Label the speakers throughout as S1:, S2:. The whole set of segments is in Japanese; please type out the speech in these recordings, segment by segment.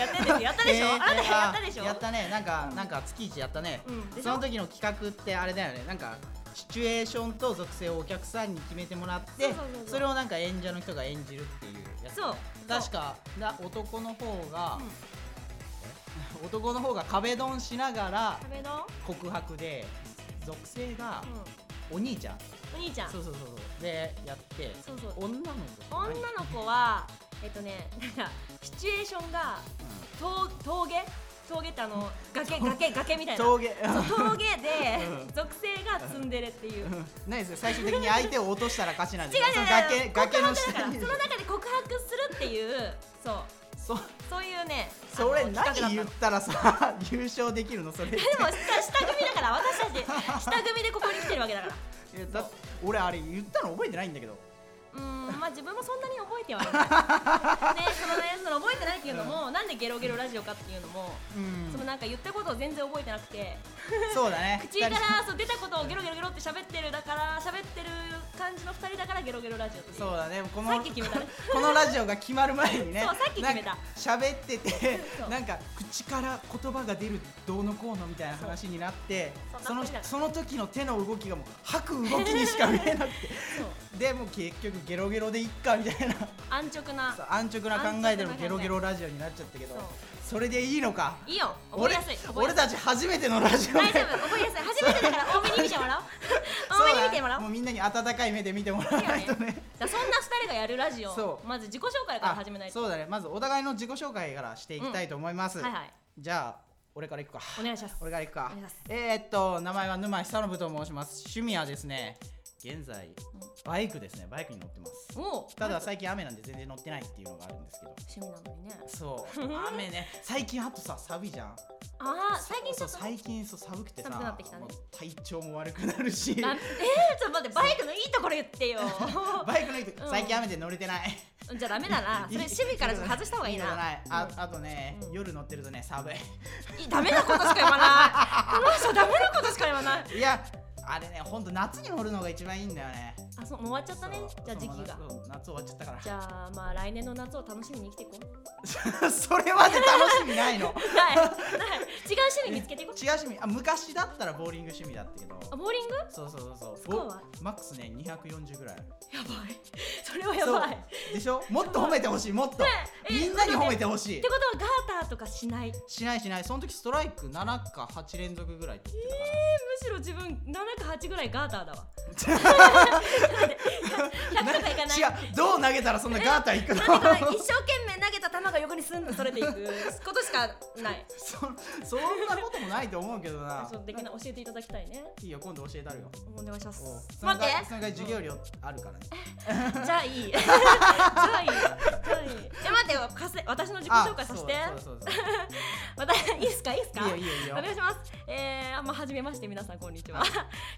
S1: やってんですよやったでしょ、
S2: えー
S1: あなた
S2: えー
S1: やったでしょ
S2: やったねなんかなんか月一やったね、
S1: うんでし
S2: そ
S1: ょ
S2: の時の企画ってあれだよねなんかシチュエーションと属性をお客さんに決めてもらって
S1: そうそうそうそう
S2: れをなんか演者の人が演じるっていうやつ
S1: そう
S2: 確かな男の方が
S1: うん、
S2: 男の方が壁ドンしながら
S1: 壁の、
S2: 告白で属性が
S1: う
S2: お兄ちゃん、
S1: ん、お兄ちゃんそ
S2: そううそうそうそうでやって
S1: そう
S2: 女の子
S1: 女の子はえっとねなんかシチュエーションがと峠峠ってあの崖崖崖みたいな
S2: 峠
S1: 峠で
S2: うん
S1: 属性がツンデレっていう違う違う違う
S2: ないですよ最終的に相手を落としたら勝ちなんですよその
S1: 違う
S2: 崖崖の
S1: 告白だ
S2: 下
S1: から
S2: に
S1: その中で告白するっていうそう
S2: そ
S1: そういうね
S2: それ
S1: あの
S2: 何
S1: 企画
S2: 言っ
S1: だった
S2: らさ優勝できる のそれ
S1: たのでも下下組だから私たち下組でここに来てるわけだから
S2: いやだ俺あれ言ったの覚えてないんだけど
S1: うーんまあ自分もそんなに覚えてはいないねそのねその覚えてないっていうのも、なんでゲロゲロラジオかっていうのも、
S2: うん
S1: そのなんか言ったことを全然覚えてなく て
S2: そうだね
S1: 口からそう出たことをゲロゲロゲロって喋ってるだから喋ってる感じの二人だからゲロゲロラジオっていう
S2: そうだねこの
S1: さっき決めたね
S2: このラジオが決まる前にね
S1: そうさっき決めた
S2: なんか喋ってて
S1: そう
S2: なんか口から言葉が出るどうのこうのみたいな話になって
S1: そう
S2: その
S1: そんな
S2: その時の手の動きがもう吐く動きにしか見えなく
S1: そう
S2: てでもう結局ゲロゲロでいっかみたいな
S1: 安直な
S2: そう安直な考えでの
S1: 安直な考え
S2: ゲロゲロラジオになっちゃったけど
S1: そう
S2: それでいいのか
S1: いいよ覚え
S2: 俺
S1: やすい覚え
S2: 俺
S1: やすい
S2: たち初めてのラジオで
S1: 大丈夫覚えやすい初めてだから多めに見てもらおう多めに見てもらおう
S2: そうだねもうみんなに温かい目で見てもらわないとね
S1: だからそんな二人がやるラジ
S2: そ
S1: オ
S2: う
S1: まず自己紹介から始めないと
S2: そうだねまずお互いの自己紹介からしていきたいと思います、
S1: はいはい
S2: じゃあ俺からいくか
S1: お願いします
S2: 俺からいくか
S1: お願いします
S2: えー、っと名前は沼久信と申します趣味はですね現在バイクですねバイクに乗ってます
S1: おう
S2: ただ最近雨なんで全然乗ってないっていうのがあるんですけど
S1: 趣味なのにね
S2: そう雨ね最近あとさ寒いじゃん
S1: ああ最近ち
S2: そ
S1: ょ
S2: う
S1: っと
S2: 最近そう寒くてさ
S1: 寒くなってきたね
S2: もう体調も悪くなるし
S1: なんえー、ちょっと待ってバイクのいいところ言って よ
S2: バイクの人、
S1: うん
S2: 最近雨で乗れてない
S1: じゃあダメだなそれ趣味からちょっと外した方がいい
S2: の
S1: な
S2: ないああとね、夜乗ってるとね寒い
S1: いダメなことしか言 わないこの人ダメなことしか言わない
S2: いやあれねほんと夏に乗るのが一番いいんだよね
S1: あそうもう終わっちゃったね
S2: そう
S1: じゃあ時
S2: そ
S1: 期
S2: う
S1: が
S2: そう夏終わっちゃったか
S1: じゃあまあ来年の夏を楽しみに生きていこ う
S2: らそれまで楽しみない の
S1: ないない違う趣味見つけていこう
S2: 違う趣味あ昔だったらボーリング趣味だったけど
S1: あボーリングや
S2: そうそうそう
S1: ス
S2: そう
S1: コア
S2: ボ
S1: は
S2: マックスね240ぐらい
S1: ばいそれはやばいっ
S2: そうでしょもっと褒めてほしいもっと
S1: ねえ
S2: みんなに褒めてほしい
S1: てことはガーターとかしないえー、む
S2: しないしないその時ストライク7か8連続ぐらいって言ってたから
S1: しろ自分7か8ぐらいガーター だわ100とかいかない
S2: 違うどう投げたらそんなガーターい くの
S1: だから一生懸命投げた球が横にすんのそれでい くことしかない
S2: そそんなこともないと思うけどな
S1: ちょっとできない教えていただきたいね
S2: いいよ今度教えたるよ
S1: お願いします
S2: おうその
S1: 待っ
S2: 代わ
S1: て
S2: りその代わり授業料あるからね
S1: じゃ あいい。じゃあいい。じゃあいい。え待ってよ、かせ私の自己紹介させて。
S2: あそうそうそうそ
S1: 私いいですかいいですか。
S2: ういいよいいよ
S1: お
S2: いい
S1: 願
S2: よ
S1: いします。えー、まあ初めまして皆さんこんにちは。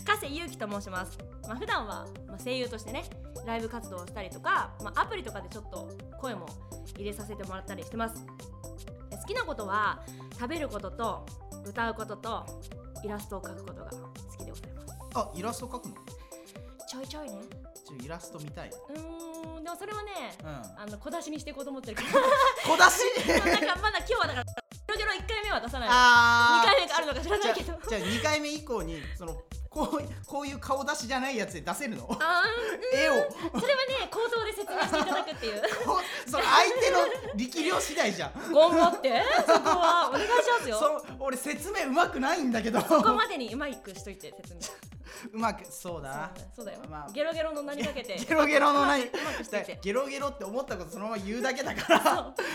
S1: 加瀬ゆうきと申します。まあ普段はまあ声優としてね、ライブ活動をしたりとか、まあアプリとかでちょっと声も入れさせてもらったりしてます。で好きなことは食べることと歌うこととイラストを描くことが好きでございます。
S2: あイラスト描くの
S1: ち
S2: ち
S1: ょいちょいね。
S2: ょイラスト見たいう
S1: ーん、でもそれはね、
S2: うん
S1: あの小出しにしていこうと思ってるから。
S2: 小 出
S1: そ
S2: し
S1: うだからまだ今日はだからゲロゲロ1回目は出さない2
S2: あー
S1: 回目があるのか知らないけど
S2: じゃあじゃあ2回目以降にそのこうこういう顔出しじゃないやつで出せるの
S1: あ
S2: 絵を
S1: ーそれはね口頭で説明していただくっていう
S2: こうその相手の力量次第じゃん
S1: 頑張ってそこはお願いしますよ
S2: その俺説明うまくないんだけど
S1: ここまでにうまくしといて説明
S2: うまくそうだな
S1: そうだよ、
S2: まあ
S1: ゲロゲロの名にかけて
S2: ゲロゲロのない
S1: まくしていて
S2: ゲロゲロって思ったことそのまま言うだけだから
S1: そ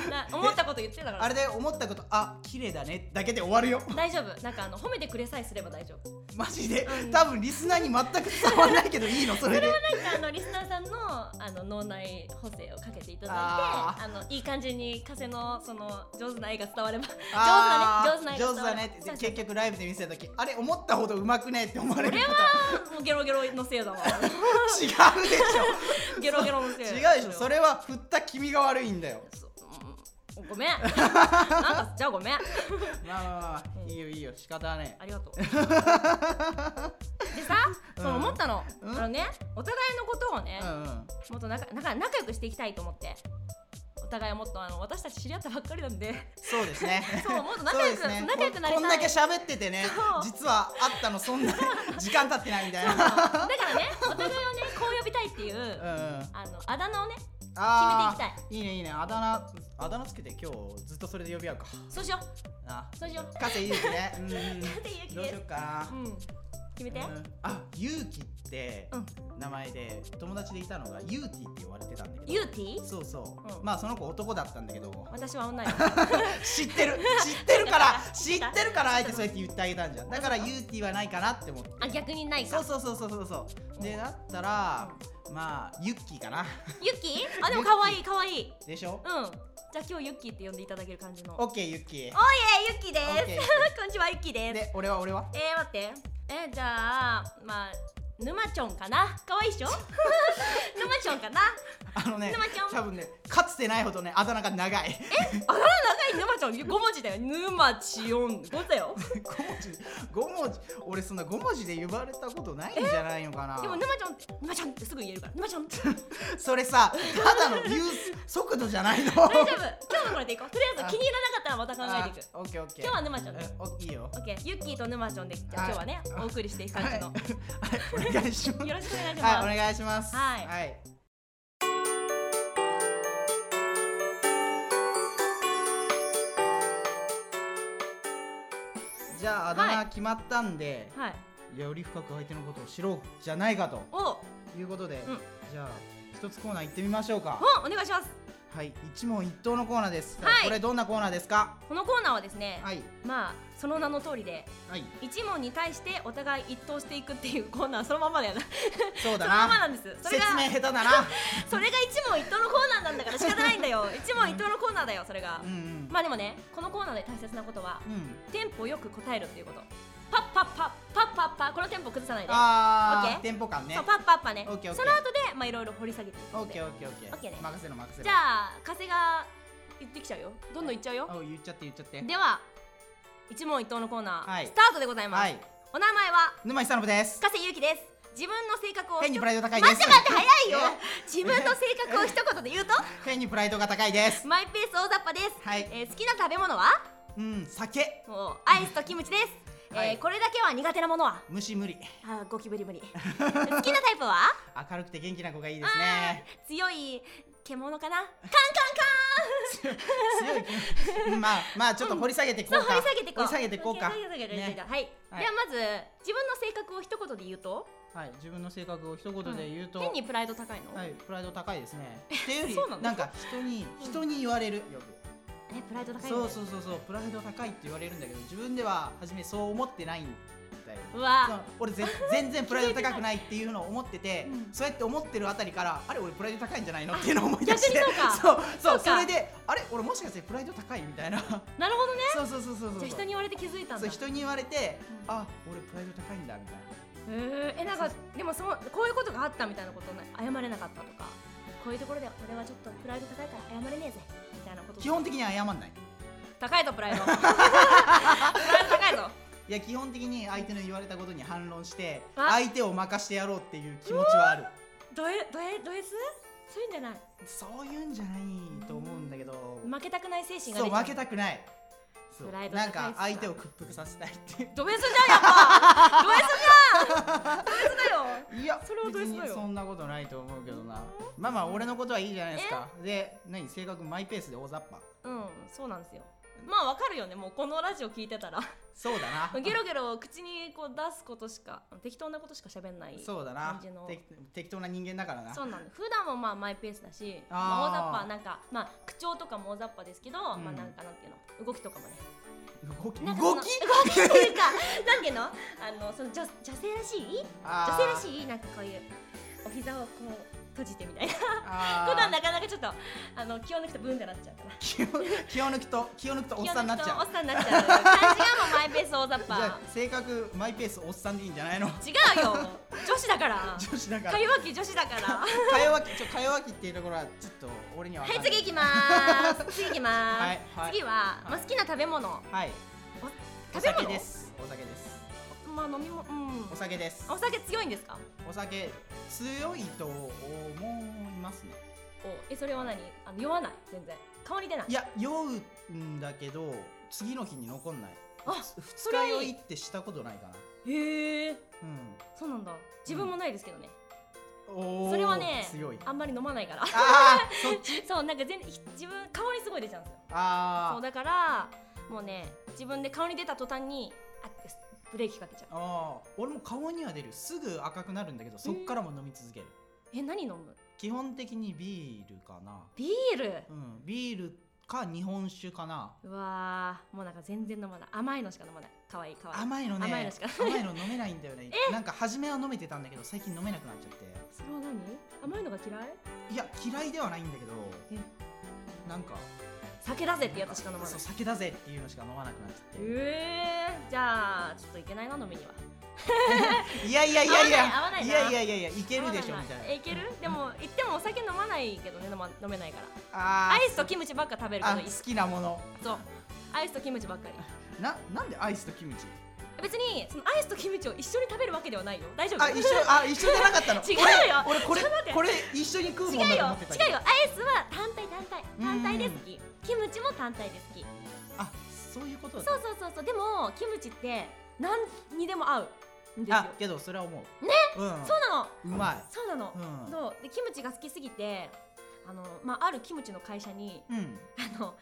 S1: うな思ったこと言ってたから
S2: あれで思ったことあ綺麗だねだけで終わるよ
S1: 大丈夫なんかあの褒めてくれさえすれば大丈夫
S2: マジで
S1: うん
S2: 多分リスナーに全く伝わらないけどいいのそれで
S1: なんかあのリスナーさんのあの脳内補正をかけていただいて
S2: あ
S1: あのいい感じに風のその上手な絵が伝われば上
S2: あー
S1: 手なね
S2: 上
S1: 上
S2: 手
S1: 手
S2: だ
S1: な
S2: ね
S1: 絵が伝われ
S2: って
S1: ば
S2: で結局ライブで見せた時あれ思ったほどうまくねって思われるこ
S1: 局もうゲロゲロのせいだ わ
S2: と違うでし
S1: ゲロゲロのせい
S2: ょ違うでしょそ
S1: れ
S2: れは振った君が悪いんだよ
S1: そううんご めんなんかじゃあごめんあ
S2: まあまあまあ
S1: うん
S2: いいよいいよ仕方はねえ
S1: りがとうでさその思ったの、
S2: うん
S1: あのねお互いのことをね、
S2: うんうん
S1: もっと仲仲仲良くしていきたいと思ってお互いもっとあの私たち知り合ったばっかり なんで
S2: そうですね
S1: そうもっと仲良く、
S2: そうですね
S1: 仲良くなり
S2: こん
S1: た
S2: だ
S1: い
S2: け喋っててね
S1: そう
S2: 実はあったのそんな時間経ってないみたい
S1: だ
S2: な
S1: から ね、お互いをね、こう呼びたいっていう、
S2: うんうん
S1: あのあだ名をね、
S2: あ
S1: 決めて
S2: ーいいねいいねあだ名あだ名つけて今日ずっとそれで呼び合うか
S1: そうしよう、
S2: な
S1: そうしよう。
S2: 加瀬ゆうき ねうん
S1: なんでゆうき
S2: どう
S1: で
S2: し
S1: す
S2: よ。うか
S1: うん、決めて。
S2: なうんあゆうきって
S1: うん
S2: 名前で友達でいたのがゆうきって呼ばれてたんだけ
S1: ユ
S2: ど
S1: ーティー？
S2: そうそう、
S1: うん
S2: まあその子男だったんだけど
S1: 私は女よ。
S2: 知ってる知ってるから 知
S1: 知
S2: っ
S1: った
S2: てるからあえてそうやって言ってあげたんじゃんだからユーティーはないかなって思って
S1: あ、逆にない
S2: そう
S1: か。
S2: そうそうそうそうそうでだったらまあユッキーかな
S1: ユッキー？あ、でも可愛い可愛い。うん。
S2: でしょ
S1: じゃあ今日ユッキーって呼んでいただける感じの。お
S2: オ
S1: い
S2: ッケーユッキー
S1: え、ユッキーで
S2: オッケーユッ
S1: す。 こんにちは、ユッキーです。
S2: で俺は俺は
S1: えー、待って。えー、じゃあまあ。沼ちょんかな可愛いでし ょ沼ちょんかな
S2: あのね
S1: 沼ちゃん
S2: 多分ねかつてないほどねあだ名が長い
S1: あら長い沼ちょん5文字だよ沼ちょん5だよ
S2: 5文字5文字俺そんな5文字で呼ばれたことないんじゃないのかな
S1: でも沼ちゃんって沼ちゃんってすぐ言えるから沼ちゃんって
S2: それさただの言う速度じゃないの
S1: 大丈夫今日はこれでいこうとりあえず気に入らなかったらまた考えていく
S2: あオッケーオッケー
S1: 今日は沼ちゃんで
S2: うんおいいよ
S1: オッケーユッキーと沼ちゃんでじゃあ
S2: はい
S1: 今日はねお送りしていく感じの、
S2: はい、はい、お願いします
S1: よろしくお願いします、
S2: はい、お願いします。
S1: はい
S2: じゃあ、あだ名決まったんで、
S1: はい
S2: より深く相手のことを知ろうじゃないかと
S1: お
S2: いうことで、
S1: うん
S2: じゃあ、一つコーナー行ってみましょうか。
S1: おお願いします
S2: はい、一問一答のコーナーです。
S1: はい
S2: これどんなコーナーですか。
S1: このコーナーはですね、
S2: はい、
S1: まあその名の通りで
S2: はい、
S1: 一問に対してお互い一答していくっていうコーナーそのまんまだよな
S2: そう
S1: そ
S2: だ
S1: のまんま
S2: な。
S1: なんですそ
S2: 説
S1: れが
S2: 明下手だな。
S1: それが一問一答のコーナーなんだから仕方ないんだよ一問一答のコーナーだよそれが
S2: うん、うん、
S1: まあでもねこのコーナーで大切なことは
S2: うん、
S1: テンポよく答えるっていうことパッパッパッパッパッパこのテンポ崩さないで、オッ
S2: あ
S1: ケ
S2: ー、
S1: ー
S2: テンポ感ね
S1: そう。パッパッパね
S2: オッケーオッケ
S1: そ
S2: ー
S1: の後でまあいろいろ掘り下げていく
S2: オ
S1: の
S2: ッ
S1: で
S2: ケー、オッケー、オッケ
S1: オ
S2: ー。
S1: ッケーね
S2: 任せろ、任せろ。
S1: じゃあ風が言ってきちゃうよどんどん言っちゃうよ
S2: あ、お言っちゃって、言っちゃって。
S1: では一問一答のコーナー、
S2: はい
S1: スタートでございます、
S2: はい、
S1: お名前は
S2: 沼井久信です。
S1: 加瀬ゆうきです自分の性格を
S2: 変にプライド高いで
S1: 待
S2: す
S1: って待って早いよ自分の性格を一言で言うと
S2: 変にプライドが高いです。
S1: マイペース大雑把です、
S2: はい
S1: えー好きな食べ物は
S2: うん、酒、
S1: もうアイスとキムチです、
S2: はい
S1: えーこれだけは苦手なものは
S2: 虫無理。
S1: あーゴキブリ 無理好きなタイプは
S2: 明るくて元気な子がいいですね。
S1: 強い獣 かな
S2: 強い気持ち。まあ、まあ、ちょっと掘り下げていこ
S1: そう
S2: うか。
S1: 掘り下げてこう
S2: 掘り下げていこうか。
S1: 掘り下げてこう掘り下げてこ
S2: ね
S1: うはい、
S2: はい
S1: ではまず自分の性格を一言で言うと
S2: はい、自分の性格を一言で言うと。
S1: 変にプライド高いの、
S2: はい、プライド高いですね。っていうより
S1: そうな、の
S2: なんか人に、人に言われる。よく。
S1: えプライド高いの
S2: そうそうそうそう、プライド高いって言われるんだけど、自分では初めそう思ってないんだよ。
S1: う
S2: そ
S1: わ
S2: う俺ぜ全然プライド高くないっていうのを思って て、
S1: うん
S2: そうやって思ってるあたりからあれ俺プライド高いんじゃないのっていうのを思い出して
S1: 逆にそうか
S2: そ
S1: そ
S2: う そう
S1: う
S2: そ
S1: か
S2: れであれ俺もしかしてプライド高いみたいな
S1: なるほどね
S2: そうそうそうそうそう
S1: じゃあ人に言われて気づいたん
S2: そ
S1: だ
S2: う人に言われて、
S1: うん
S2: あ俺プライド高いんだみたいな
S1: へーえなんかでもそのこういうことがあったみたいなことね謝れなかったとかこういうところで俺はちょっとプライド高いから謝れねえぜみたいなこと
S2: 基本的には謝んない
S1: 高いぞプ ライドプライド高いぞ
S2: いや基本的に相手の言われたことに反論して
S1: あ
S2: 相手を任してやろうっていう気持ちはある
S1: どえどえどえすそういうんじゃない
S2: そういうんじゃないと思うんだけど、
S1: 負けたくない精神が
S2: そう
S1: 出ちゃう
S2: 負けたくないそう
S1: プライド高
S2: ないん
S1: っすな
S2: か相手を屈服させたいっていう
S1: ドメスじゃんやっ ぱドメスじゃんドメスだよ
S2: いや
S1: それはどう
S2: 別
S1: した
S2: に
S1: よ
S2: そんなことないと思うけどなまあまあ俺のことはいいじゃないですかで何性格マイペースで大雑把
S1: うんそうなんですよまあわかるよねもうこのラジオ聞いて たら
S2: そうだな
S1: ゲロゲロ口にこう出すことしか適当なことしか喋んない
S2: そうだ
S1: 感
S2: な
S1: じの
S2: て適当な人間だからな
S1: そうなんです普段もまあマイペースだし
S2: あー
S1: まあ、大雑把なんかまあ口調とかも大雑把ですけど、
S2: ん
S1: まあなんかなんていうの動きとかもね
S2: 動き
S1: な
S2: 動
S1: ん
S2: き
S1: かその動きというか なんていうのあのその女女性らしい女性ら
S2: い
S1: しいなんかこういうお膝をこう閉じてみたいな普段
S2: あー
S1: なかなかちょっとあの気を抜くとブンってなっちゃうから
S2: 気を 気を抜くと気を抜くとおっさんになっち
S1: 気を抜
S2: ゃ
S1: くとおっ
S2: う
S1: さんになっちゃう感じがもうマイペース大雑
S2: じゃ
S1: 把
S2: あ性格マイペースおっさんでいいんじゃないの
S1: 違うよ女子だから
S2: 女子だから
S1: か弱き女子だから
S2: かよわきちょかよわきっていうところはちょっと俺にはわ
S1: は
S2: かん
S1: い
S2: ない
S1: 次行きます次行きます、
S2: はいはい
S1: 次は、まあ、好きな食べ物
S2: はいお
S1: 食べ物
S2: 酒ですお酒です
S1: まあ飲み物うん
S2: お酒です
S1: あお酒強いんですか
S2: お酒強いと思いますね
S1: おえそれは何あの酔わない全然顔に出ない
S2: いや酔うんだけど次の日に残んない
S1: あ
S2: 二日酔いってしたことないかな
S1: へえ
S2: う
S1: そうなんだ自分もないですけどね、
S2: んおー
S1: それはね
S2: 強い
S1: あんまり飲まないから
S2: あーそっ ち
S1: そうなんか全ひ自分顔にすごい出ちゃうんですよそ
S2: あ
S1: うだからもうね自分で顔に出た途端にあってブレーキかけちゃう
S2: ーあー俺も顔には出るすぐ赤くなるんだけどそっからも飲み続ける、
S1: え何飲む
S2: 基本的にビールかな
S1: ビール
S2: うんビールか日本酒かな
S1: うわーもうなんか全然飲まない甘いのしか飲まないかわいいかわいい
S2: 甘いのね
S1: 甘いのしか
S2: 甘いの飲めないんだ よねなんか初めは飲めてたんだけど最近飲めなくなっちゃっ
S1: それは何甘いのが嫌い
S2: ていや嫌いではないんだけど
S1: え
S2: なんか
S1: 酒だぜってやつしか飲まない
S2: そう酒だぜっていうのしか飲まなくなっちゃっ
S1: えー、じゃあちょっといけないな飲みには
S2: ていやいやいやいや
S1: 合わない
S2: い
S1: 合わないな
S2: や
S1: い
S2: やいやいやいけるでしょ
S1: 合わ
S2: み
S1: ないな
S2: たいな
S1: えいけるでも行ってもお酒飲まないけどね飲,、ま、飲めないから
S2: あー
S1: アイスとキムチばっか食べるけ
S2: あ
S1: どいい
S2: 好きなもの
S1: そうアイスとキムチばっかり
S2: ななんでアイスとキムチ
S1: 別にそのアイスとキムチを一緒に食べるわけではないよ大丈夫
S2: あ一緒あ一緒じゃなかったの
S1: 違うよ
S2: 俺俺これ
S1: ちょっと待って
S2: これ一緒に食う
S1: 違
S2: も
S1: う
S2: んだと
S1: よ
S2: 思ってたけど
S1: 違うよアイスは単体単体単体で好きキムチも単体で好き
S2: あそういうことだ
S1: そうそうそうそうでもキムチって何にでも合うんですよ
S2: あけどそれは思う
S1: ね
S2: うん
S1: そうなの
S2: うまい
S1: そうなの、
S2: うん
S1: そうでキムチが好きすぎてあの、まあ、あるキムチの会社に
S2: うん
S1: あの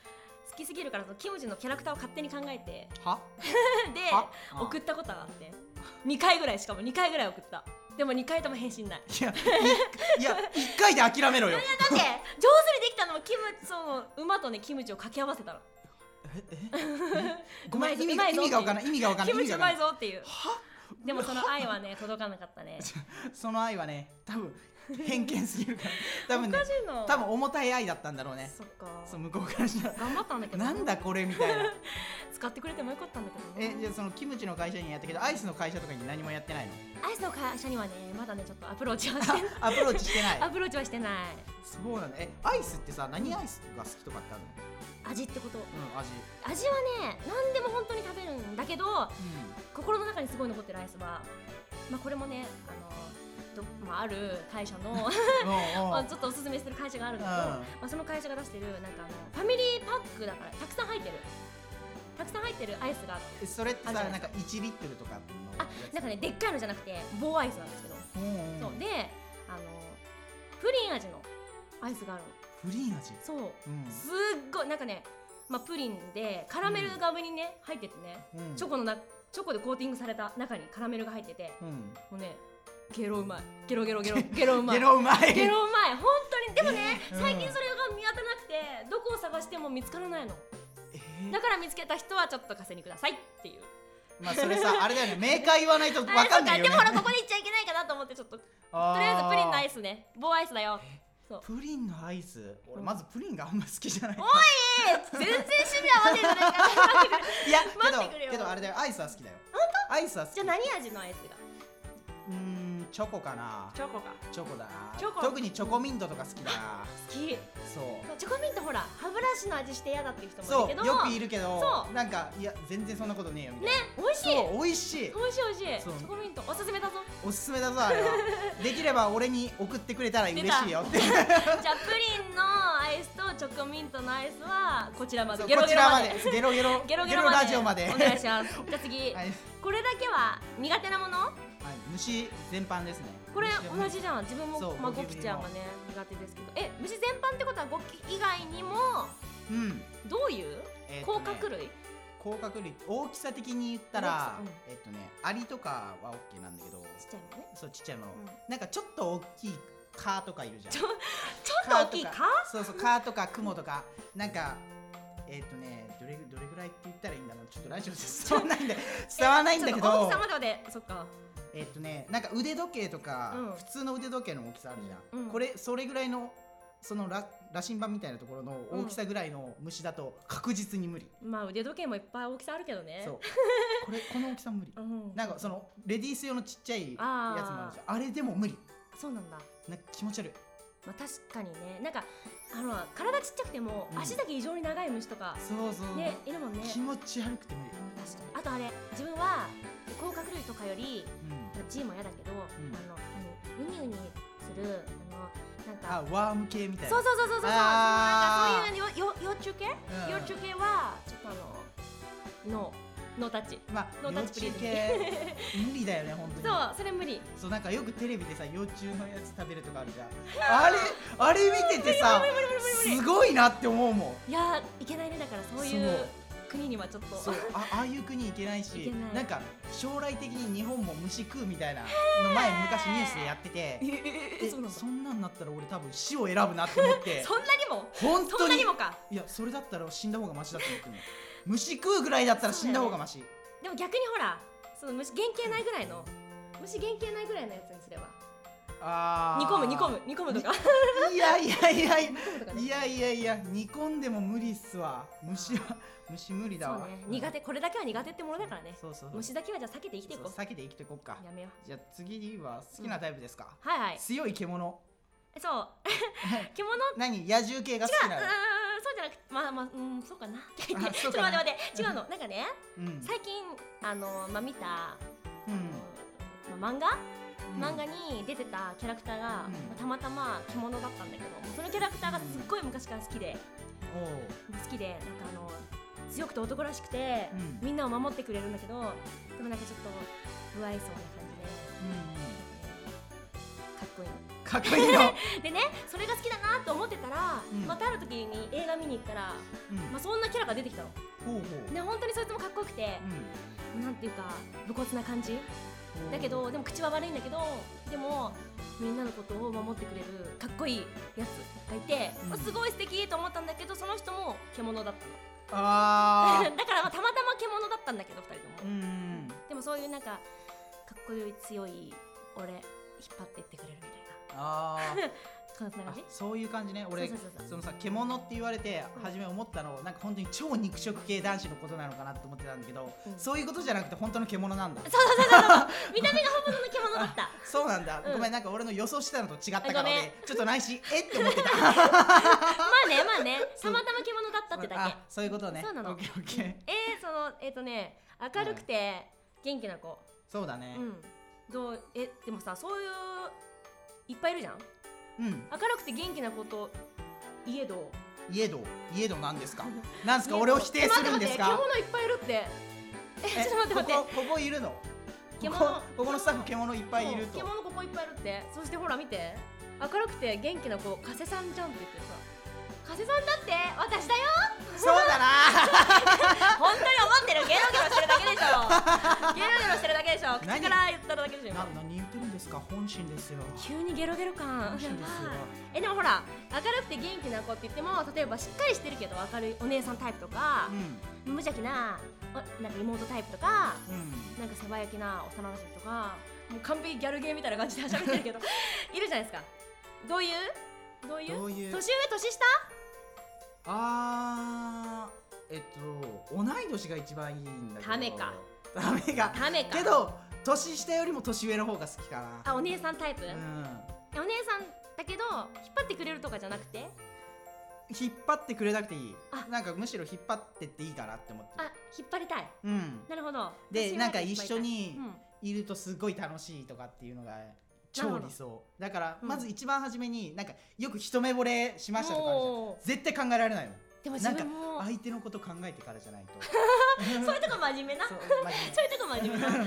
S1: 好きすぎるからそのキムチのキャラクターを勝手に考えて
S2: は
S1: で
S2: は
S1: 送
S2: っ
S1: ったことがあって2回ぐらいしかも2回ぐらい送ったでも2回とも返信ない
S2: いやいいや一回で諦めろよ
S1: だって 上手にできたのもキムそう馬とねキムチを掛け合わせたの
S2: ええごめん
S1: うまいぞ
S2: 意
S1: うまいぞ
S2: 味が意味がわからない意味がわからな
S1: キ
S2: い意
S1: ム
S2: 味
S1: チ
S2: が
S1: う
S2: わ
S1: ま
S2: から
S1: い
S2: ない
S1: ぞっていう
S2: は
S1: でもその愛はね届かなかった ね
S2: その愛はね多分偏見すぎるから多分ね
S1: おかしいの
S2: 多分重たい愛だったんだろうね
S1: そっか
S2: そう向こうからしたら
S1: 頑張ったんだけど
S2: なんだこれみたいな
S1: 使ってくれてもよかったんだけどね
S2: えじゃあそのキムチの会社にやったけどアイスの会社とかに何もやってないの
S1: アイスの会社にはねまだねちょっとアプローチはして
S2: アプローチしてない
S1: アプローチはしてない
S2: そうなんだえアイスってさ何アイスが好きとかってあるの
S1: 味ってこと
S2: うん味
S1: 味はね何でも本当に食べるんだけど心の中にすごい残ってるアイスは、まあ、これもねあのど、まあ、ある会社 の
S2: うん
S1: ま
S2: おうお
S1: あ
S2: う
S1: ちょっとおすすめしてる会社があるんだけど、
S2: うん
S1: まあ、その会社が出してるなんかあのファミリーパックだからたくさん入ってるたくさん入ってるアイスがあって
S2: えそれってさ
S1: あじゃあ
S2: なんか1リットルとかの
S1: あなんかねでっかいのじゃなくて棒アイスなんですけど、
S2: うんうん
S1: そうであのプリン味のアイスがあるの
S2: プリン味
S1: そう
S2: うん
S1: すっごいなんかね、まあ、プリンでカラメルが上にね入っててね、
S2: うん
S1: チョコのなチョコでコーティングされた中にカラメルが入ってて
S2: うん
S1: もうねゲロうまいゲロゲロゲロゲロうまい
S2: ゲロうまい
S1: ゲロうまい本当にでもね、
S2: うん
S1: 最近それが見当たらなくてどこを探しても見つからないの
S2: え
S1: だから見つけた人はちょっと稼いにくださいっていう
S2: ーまあそれさあれだよねメーカー言わないとわかんない
S1: あそう
S2: よね
S1: でもほらここで言っちゃいけないかなと思ってちょっととり
S2: あ
S1: あえずプリンのアイ
S2: ス
S1: スね棒アイスだよそう
S2: プリンのアイス俺まずプリンがあんま好きじゃない
S1: おい全然趣味合わねえじゃないか
S2: いや
S1: 待ってくれ
S2: け
S1: よ
S2: どけどあれだよアイスは好きだよアイスは好き
S1: じゃあ何味のアイスが
S2: うーんチョコかな
S1: チョコが
S2: チョコだな
S1: チョコ
S2: 特にチョコミントとか好きだな
S1: 好き
S2: そう
S1: チョコミントほら歯ブラシの味して嫌だっていう人も
S2: そ
S1: いるけど
S2: うよくいるけど
S1: そ
S2: なんかいや全然そんなことねえよみたい
S1: ね
S2: な
S1: 美味しい
S2: そう美味し
S1: 美
S2: い
S1: 味しい美味しいチ
S2: そう
S1: ョコミントおすすめだぞ
S2: おすすめだぞ あれはできれば俺に送ってくれたら嬉しいよって
S1: じゃ あプリンのアイスとチョコミントのアイスはこちらまで
S2: そう
S1: ゲロ
S2: こ
S1: ゲ
S2: ち
S1: ロ
S2: ら
S1: ま
S2: ま
S1: で
S2: でゲロゲロ
S1: ゲロゲロまで
S2: ラジオまで
S1: お願いしますじゃあ次、
S2: はい、はい、
S1: これだけは苦手なもの
S2: 虫全般ですね
S1: これ
S2: 虫は
S1: 同じじゃん自分も
S2: そう
S1: まあ
S2: ゴ
S1: ゴ
S2: キブリも
S1: キちゃんはね苦手ですけどえ虫全般ってことはゴキ以外にも
S2: うん
S1: どういう
S2: えー
S1: 甲
S2: とね
S1: 殻類
S2: 甲殻類大きさ的に言ったら、
S1: 大きさ
S2: えっとねアリとかは OK なんだけど
S1: ちっちゃいのね
S2: そうちっちゃいもの、
S1: うん
S2: なんかちょっと大きい蚊とかいるじゃん
S1: ちょちょっと大きい
S2: 蚊
S1: 蚊
S2: とかそうそう蚊とか雲とかなんかえっ、とねどれどれぐらいって言ったらいいんだろうちょっとラジオで 伝わんないんで伝わんないんだけ
S1: ちょっと大
S2: ど
S1: きさまでまでそっか
S2: えっとねなんか腕時計とか、
S1: うん
S2: 普通の腕時計の大きさあるじゃん、
S1: うん
S2: これそれぐらいのその羅羅針盤みたいなところの大きさぐらいの虫だと確実に無理、
S1: まあ腕時計もいっぱい大きさあるけどね
S2: そうこれこの大きさ無理
S1: うん
S2: なんかそのレディース用のちっちゃいやつもあるじゃんあれでも無理
S1: そうなんだ
S2: なんか気持ち悪い
S1: まあ確かにねなんかあの体ちっちゃくても
S2: うん
S1: 足だけ異常に長い虫とか
S2: そうそう、
S1: ねいるもんね
S2: 気持ち悪くて無理
S1: 確かにあとあれ自分は甲殻類とかより
S2: うん
S1: ジも嫌だけど、
S2: ん
S1: あの何ウニウニするあのなん
S2: あ
S1: か
S2: ワーム系みたいな
S1: そうそうそうそうそうそうな
S2: あ
S1: んかそういうよよ幼虫系、
S2: うん
S1: 幼虫系はちょっとあのノーノータッチ
S2: まあ
S1: ノー
S2: 幼
S1: タッチ
S2: 虫系無理だよね本当に
S1: そうそれ無理
S2: そうなんかよくテレビでさ幼虫のやつ食べるとかあるじ ゃんあれあれ見ててさすごいなって思うもん
S1: いやーいけないねだからそういう
S2: そう
S1: 国にはちょっと
S2: そうあああいう国行けないし
S1: 行けない
S2: んか将来的に日本も虫食うみたいなの前昔ニュースでやってて
S1: えええ
S2: え
S1: そうなんだ
S2: そんなんなったら俺多分死を選ぶなって思っ て
S1: そんなにも
S2: 本
S1: そ
S2: 当
S1: んな
S2: に
S1: にもか
S2: いやそれだったら死んだ方がマシだと思っても虫食うぐらいだったら死んだ方がマシ、
S1: でも逆にほらその虫原型ないぐらいの虫原型ないぐらいのやつにすれば
S2: ああ
S1: 煮込む煮込む煮込むとか
S2: いやいやいやいや
S1: 煮込む とかね
S2: いやいやいや煮込んでも無理っすわ虫は虫無理だ
S1: そう
S2: わ、
S1: ね苦手これだけは苦手ってものだからね
S2: そうそうそう
S1: 虫だけはじゃあ避けて生きてい
S2: そ
S1: こ
S2: う
S1: う
S2: 避けて生きていこっか
S1: やめよう
S2: じゃあ次は好きなタイプですか、
S1: はいはい
S2: 強い獣
S1: そう獣う
S2: 何野獣系が好きな
S1: ーん
S2: の
S1: そうじゃなくてまあまあうんそうかな ちょっと待
S2: そ
S1: っ
S2: う
S1: て
S2: かな
S1: 待って違うのなんかね
S2: うん、うん
S1: 最近あのまあ見た、まあ、漫画
S2: うん
S1: 漫画に出てたキャラクターが、ま
S2: うん
S1: あたまたま獣だったんだけどそのキャラクターがすっごい昔から好きで
S2: おう
S1: 好きでなんかあの強くて男らしくて、
S2: うん
S1: みんなを守ってくれるんだけどでもなんかちょっと不愛想な感じで
S2: うん
S1: かっこいいの
S2: うんかっこ いいの、
S1: でねそれが好きだなと思ってたら、
S2: うん
S1: またある時に映画見に行ったら、
S2: うん
S1: まあ、そんなキャラが出てきたの
S2: ほうほう、
S1: ね本当にそいつもかっこよくて、なんていうか武骨な感じ
S2: うん
S1: だけどでも口は悪いんだけどでもみんなのことを守ってくれるかっこいいやつがいて、
S2: うん
S1: あすごい素敵と思ったんだけどその人も獣だったの
S2: あ あ
S1: だからまあたまたま獣だったんだけど2人と
S2: う
S1: も、
S2: ん
S1: でもそういうなんかかっこよい強い俺引っ張ってってくれるみたい
S2: あー
S1: なそんな
S2: あ
S1: 感じ
S2: そういう感じね俺
S1: そうそうそうそう
S2: そのさ獣って言われて
S1: うん
S2: 初め思ったのなんか本当に超肉食系男子のことなのかなと思ってたんだけど、
S1: うん
S2: そういうことじゃなくて本当の獣なんだ
S1: そうそうそうそうそう見た目が本物の獣だ った
S2: そうなんだ、
S1: うん
S2: ごめんなんか俺の予想してたのと違ったか
S1: ご
S2: ら
S1: めん
S2: 俺ちょっと内心えって 思ってた
S1: まあねまあねたまたま獣だったってだけ
S2: あそういうことね
S1: そうなの
S2: オッケーオッケー
S1: えー、そのえっ、とね明るくて元気な子、
S2: そうだね
S1: うんどうえでもさそういういっぱいいるじゃん
S2: うん、
S1: 明るくて元気な子といえど
S2: イエドイエドなんですか なんですか
S1: いえど
S2: 俺を否定するんです
S1: え
S2: か
S1: 待って待って獣いっぱいいるってえちょっと待って待
S2: えここここいるのこ
S1: 獣
S2: こここのスタッフ獣いっぱい
S1: っ
S2: い
S1: て
S2: る
S1: うん
S2: と
S1: 獣ここいっぱいいるってそしてほら見て明るくて元気な子加瀬さんじゃんって言ってさ加瀬さんだって私だよ
S2: そうだな
S1: 本当に思ってるゲロゲロしてるだけでし ょゲロゲロしてるだけでしょ口
S2: 何
S1: から言っただけでしょ
S2: な
S1: 今
S2: 何言ってるんですか本心ですよ
S1: 急にゲロゲロ感
S2: 本心ですよ
S1: えでもほら明るくて元気な子って言っても例えばしっかりしてるけど明るいお姉さんタイプとか
S2: う、ん
S1: 無邪気なおなんか妹タイプとか
S2: うん
S1: なんか素早きな幼なじみとかもう完璧ギャルゲーみたいな感じで喋ってる けどいるじゃないですかどういうどういう
S2: どういう
S1: 年上年下
S2: あーえっと同い年が一番いいんだけど
S1: ダメか
S2: ダメが
S1: ダメか
S2: けど年下よりも年上の方が好きかな
S1: あお姉さんタイプ、
S2: うん
S1: お姉さんだけど引っ張ってくれるとかじゃなくて
S2: 引っ張ってくれなくていい
S1: あ
S2: なんかむしろ引っ張ってっていいかなって思ってる
S1: あ引っ張りたい
S2: うん
S1: なるほど
S2: で
S1: 私は
S2: なんか
S1: 引っ張りたい
S2: 一緒に
S1: うん
S2: いるとすごい楽しいとかっていうのが
S1: なる
S2: 超
S1: ほど
S2: 理想だから
S1: うん
S2: まず一番初めになんかよく一目惚れしましたとかあるじゃん
S1: おー
S2: 絶対考えられないも
S1: でも
S2: ん
S1: 自
S2: なんか
S1: 分も
S2: 相手のこと考えてからじゃないと
S1: そういうとこ真面目な
S2: そ
S1: そうう
S2: マジで
S1: いうとこ真 面目な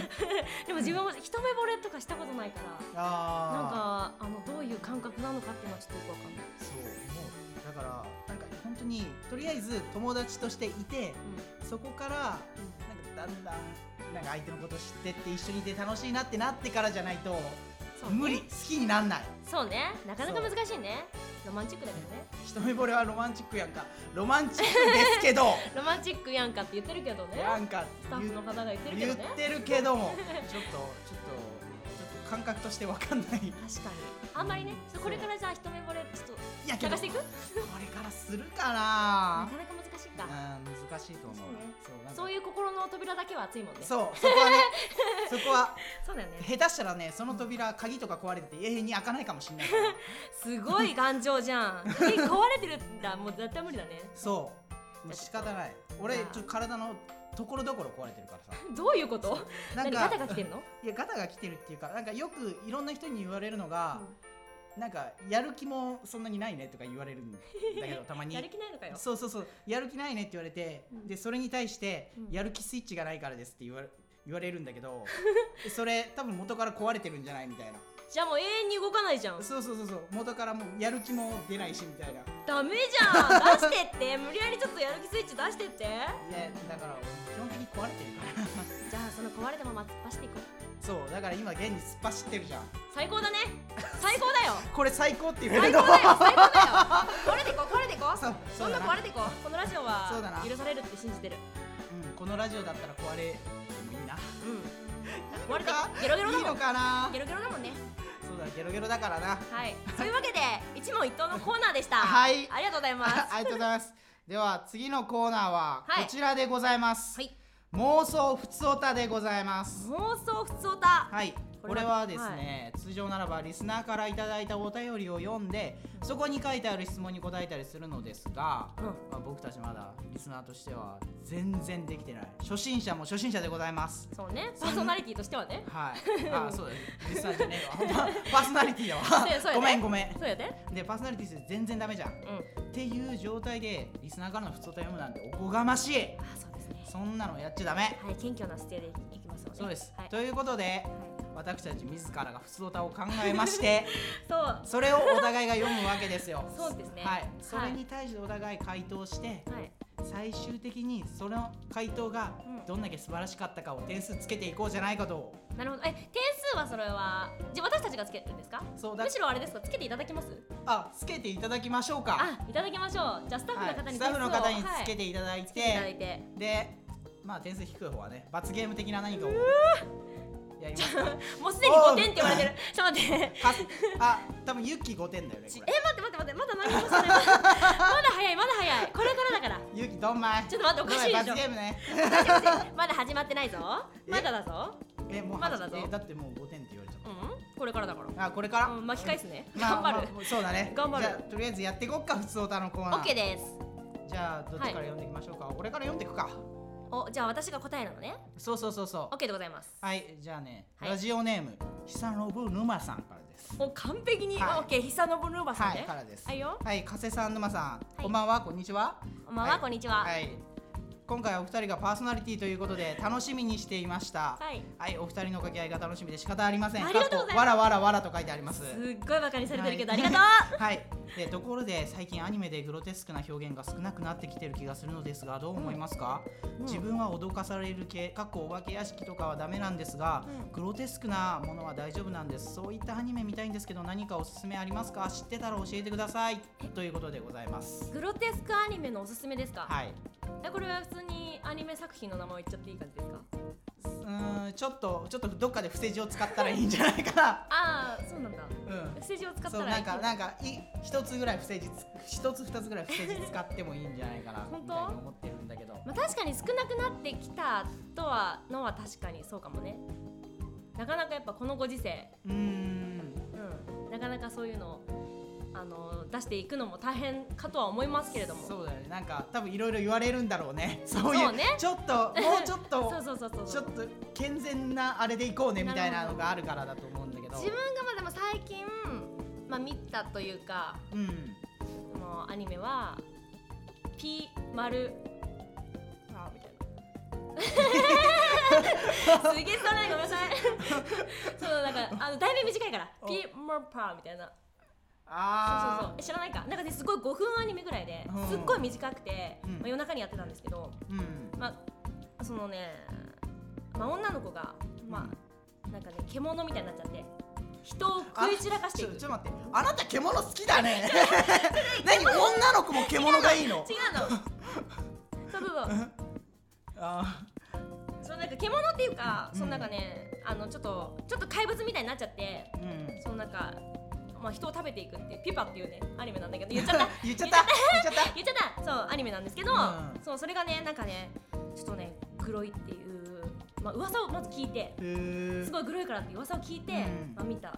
S1: でも自分も一目惚れとかしたことないからなん
S2: あ
S1: かあのどういう感覚なのかっていうのはちょっとよくわかんない
S2: あそうもうだからなんか本当にとりあえず友達としていてそこからなんかだんだんなんか相手のこと知ってって一緒にいて楽しいなってなってからじゃないと
S1: そうね
S2: 無理好きになんない
S1: そうねなかなか難しいねロマンチックだけどね
S2: 一目惚れはロマンチックやんかロマンチックです けど
S1: ロマンチックやんかって言ってるけどね
S2: なんか
S1: スタッフの方が言ってるけどね
S2: 言ってるけどもちょっとちょっとちょっと感覚としてわかんない
S1: 確かにあんまりねちょっとこれからじゃあ一目惚れちょっ
S2: いや
S1: と
S2: け
S1: 探
S2: ど
S1: していくな
S2: これからするか
S1: かな
S2: な
S1: か難しいか
S2: うん難しいと思うそうなんか
S1: そういう心の扉だけは熱いもんね
S2: そうそこはね そこは
S1: そうだよね
S2: 下手したらねその扉鍵とか壊れてて永遠に開かないかもしれない から
S1: すごい頑丈じ ゃんえ壊れてるんだもう絶対無理だね
S2: そうもう仕方ない俺
S1: じゃ
S2: ちょ
S1: あ
S2: っと体のところどころ壊れてるからさ
S1: どういうこと
S2: なん
S1: 何
S2: か
S1: ガタが来てんの
S2: いやガタが来てるっていうかなんかよくいろんな人に言われるのが、なんかやる気もそんなにないねとか言われるんだけどた まに
S1: やる気ないのかよ
S2: そうそうそうやる気ないねって言われて、
S1: うん
S2: でそれに対して、
S1: うん
S2: やる気スイッチがないからですって言われ言われるんだ けどでそれ多分元から壊れてるんじゃないみたいな
S1: じゃあもう永遠に動かないじゃん
S2: そうそうそうそう元からもうやる気も出ないしみたいな
S1: ダメじゃん出してって無理やりちょっとやる気スイッチ出してって
S2: ねだから基本的に壊れて るから
S1: じゃあその壊れたまま突っ走っていこう
S2: そうだから今現に突っ走ってるじゃん
S1: 最高だね最高だよ
S2: これ最高って言わ
S1: 最
S2: れるの
S1: 高だよ最高だよ壊れていこう壊れていこう
S2: そう
S1: ど
S2: そうん
S1: ど
S2: だ
S1: ん
S2: な
S1: 壊れていこうこのラジオ
S2: そうだ
S1: は
S2: な
S1: 許されるって信じてる
S2: うん、このラジオだったら壊れてもいいな
S1: うん
S2: い
S1: 壊れてゲロゲロだ
S2: いい
S1: も
S2: の
S1: ん
S2: かな
S1: ゲロゲロだもんね
S2: そうだゲロゲロだからな
S1: はいそういうわけで一問一答のコーナーでした
S2: はい
S1: ありがとうございます
S2: あ ありがとうございますでは次のコーナーは
S1: はい
S2: こちらでございます、
S1: はい
S2: 妄想ふつおたでございます
S1: 妄想ふつおた
S2: はい
S1: こ
S2: こ
S1: れ
S2: れ
S1: は
S2: はですね、通常ならばリスナーからいただいたお便りを読んでそこに書いてある質問に答えたりするのですが、
S1: うん
S2: まあ、僕たちまだリスナーとしては全然できてない初心者も初心者でございます
S1: そうねパーソナリティとしてはね
S2: はいあそうだリスナーじゃねえわ パーソナリティだわ、
S1: そうやそうやね
S2: ごめんごめん
S1: そうやね
S2: でパーソナリティ数全然ダメじゃん
S1: うん
S2: っていう状態でリスナーからの普通と読むなんておこがましい
S1: あそうですね
S2: そんなのやっちゃダメ
S1: はい謙虚な姿勢でいきますので
S2: そうです、
S1: はい、
S2: ということで
S1: はい
S2: 私たち自らが普通歌を考えまして
S1: そう
S2: それをお互いが読むわけですよ
S1: そうですね
S2: はい、それに対してお互い回答して、
S1: はい
S2: 最終的にその回答が
S1: うん
S2: どんだけ素晴らしかったかを点数つけていこうじゃないかと
S1: なるほどえ点数はそれはじゃあ私たちがつけるんですか
S2: そうだ
S1: むしろあれですかつけていただきます
S2: あつけていただきましょうか
S1: あいただきましょうじゃあスタッフの方
S2: はい、
S1: に
S2: スタッフの方に
S1: 点
S2: つ
S1: 数をは
S2: け
S1: い
S2: ていただい
S1: つ
S2: て、
S1: けていただいて
S2: でまあ点数低い方はね罰ゲーム的な何かをやりますか
S1: もうすでに5点って言われてる ちょっと待 って
S2: かすあ多分ユッキー5点だよね
S1: ち
S2: こ
S1: え
S2: れ
S1: 待って待って待ってまだ何もしてない まだ早いまだ早いこれからだから
S2: ユッキーどんまい
S1: ちょっと待っておかしいでしょ
S2: ごめん罰ゲームね
S1: まだ始まってないぞまだだぞ
S2: えもう
S1: まだだぞ
S2: えだってもう5点って言われちゃっ
S1: うんこれからだから
S2: たあこれから、
S1: うん、巻き返すね。
S2: まあ
S1: 頑張る。
S2: まあそうだ ね
S1: 頑張る
S2: じゃあとりあえずやっていこっか普通オタのコー
S1: オ
S2: ナー
S1: ッケーです。
S2: じゃあどっちから読んでいきましょうか、俺から読んでいくか
S1: お、じゃあ私が答えなのね。
S2: そうそうそうそ
S1: オッケーでございます。
S2: うはいじゃあね、
S1: はい
S2: ラジオネーム久信沼さんからです
S1: もう完璧に、
S2: はい
S1: オッケー、久信ルーバさん
S2: は
S1: ね。
S2: いからです
S1: はいよ。
S2: はい加瀬さん沼さん、
S1: い
S2: こんばんはこんにちは
S1: こんばんは、
S2: はい
S1: こんにちは。は。
S2: はいい。今回お二人がパーソナリティということで楽しみにしていました。はい。お二人の掛け合いが楽しみで仕方ありません。
S1: ありがとうございます
S2: かっわらわらわらと書いてあります。
S1: すっごいバカにされてるけど、
S2: はい
S1: ありがと
S2: はい。でところで最近アニメでグロテスクな表現が少なくなってきてる気がするのですがどう思いますか、
S1: ん
S2: 自分は脅かされる系かっこお化け屋敷とかはダメなんですが、
S1: うん
S2: グロテスクなものは大丈夫なんですそういったアニメ見たいんですけど何かおすすめありますか知ってたら教えてくださいということでございます
S1: う。グロテスクアニメのおすすめですか。
S2: はい
S1: え、これは普通にアニメ作品の名前を言っちゃっていい感じですか。
S2: うーんちょっとちょっとどっかで伏せ字を使ったらいいんじゃないか
S1: ああ、そうなんだ。
S2: な。うん。
S1: 政治を使った
S2: そう
S1: ら
S2: ない
S1: い
S2: んかなんかい一つぐらい伏せ字つ一つ二つぐらい伏せ字使ってもいいんじゃないかな
S1: 本当
S2: みたいな思ってるんだけど。
S1: まあ、確かに少なくなってきたとはのは確かにそうかもねなかなかやっぱこのご時世、
S2: うーん
S1: なかなかそういうのをあの出していくのも大変かとは思いますけれども
S2: そうだよねなんか多分いろいろ言われるんだろうねそういう
S1: そうね
S2: ちょっともうちょっ と
S1: そうそうそうそう
S2: ちょっと健全なあれでいこうねみたいなのがあるからだと思うんだけど
S1: 自分がまあでも最近、まあ、見たというか
S2: うん
S1: もうアニメは「P 丸あみたいなす げえそないごめんなさいそうなんかあのだいぶ短いから「
S2: お
S1: P マルパー」みたいなそうそうそ
S2: あ
S1: うえ知らないかなんかねすごい5分アニメぐらいで
S2: うん
S1: すっごい短くて、
S2: うん
S1: まあ、夜中にやってたんですけど、
S2: あうん
S1: まあ、そのね、まあ、女の子がまあなんかね獣みたいになっちゃって人を食い散らかしてい
S2: ちょ
S1: く
S2: ちょっと待ってあなた獣好き だね何女の子も獣がいいの
S1: 違うの そうそうそう
S2: あ
S1: そのなんか獣っていうか、そのなんかねあのちょっとちょっと怪物みたいになっちゃって
S2: ーうん
S1: そのなんか、まあ、人を食べていくっていうピパっていうねアニメなん だけど言っちゃった
S2: 言っちゃった 言っちゃっ
S1: 言っちゃったそうアニメなんですけど、
S2: うん
S1: そうそれがねなんかねちょっとね黒いっていう、まあ噂をまず聞いて
S2: たへー
S1: すごい黒いからって噂を聞いて、
S2: うん
S1: まあ、見た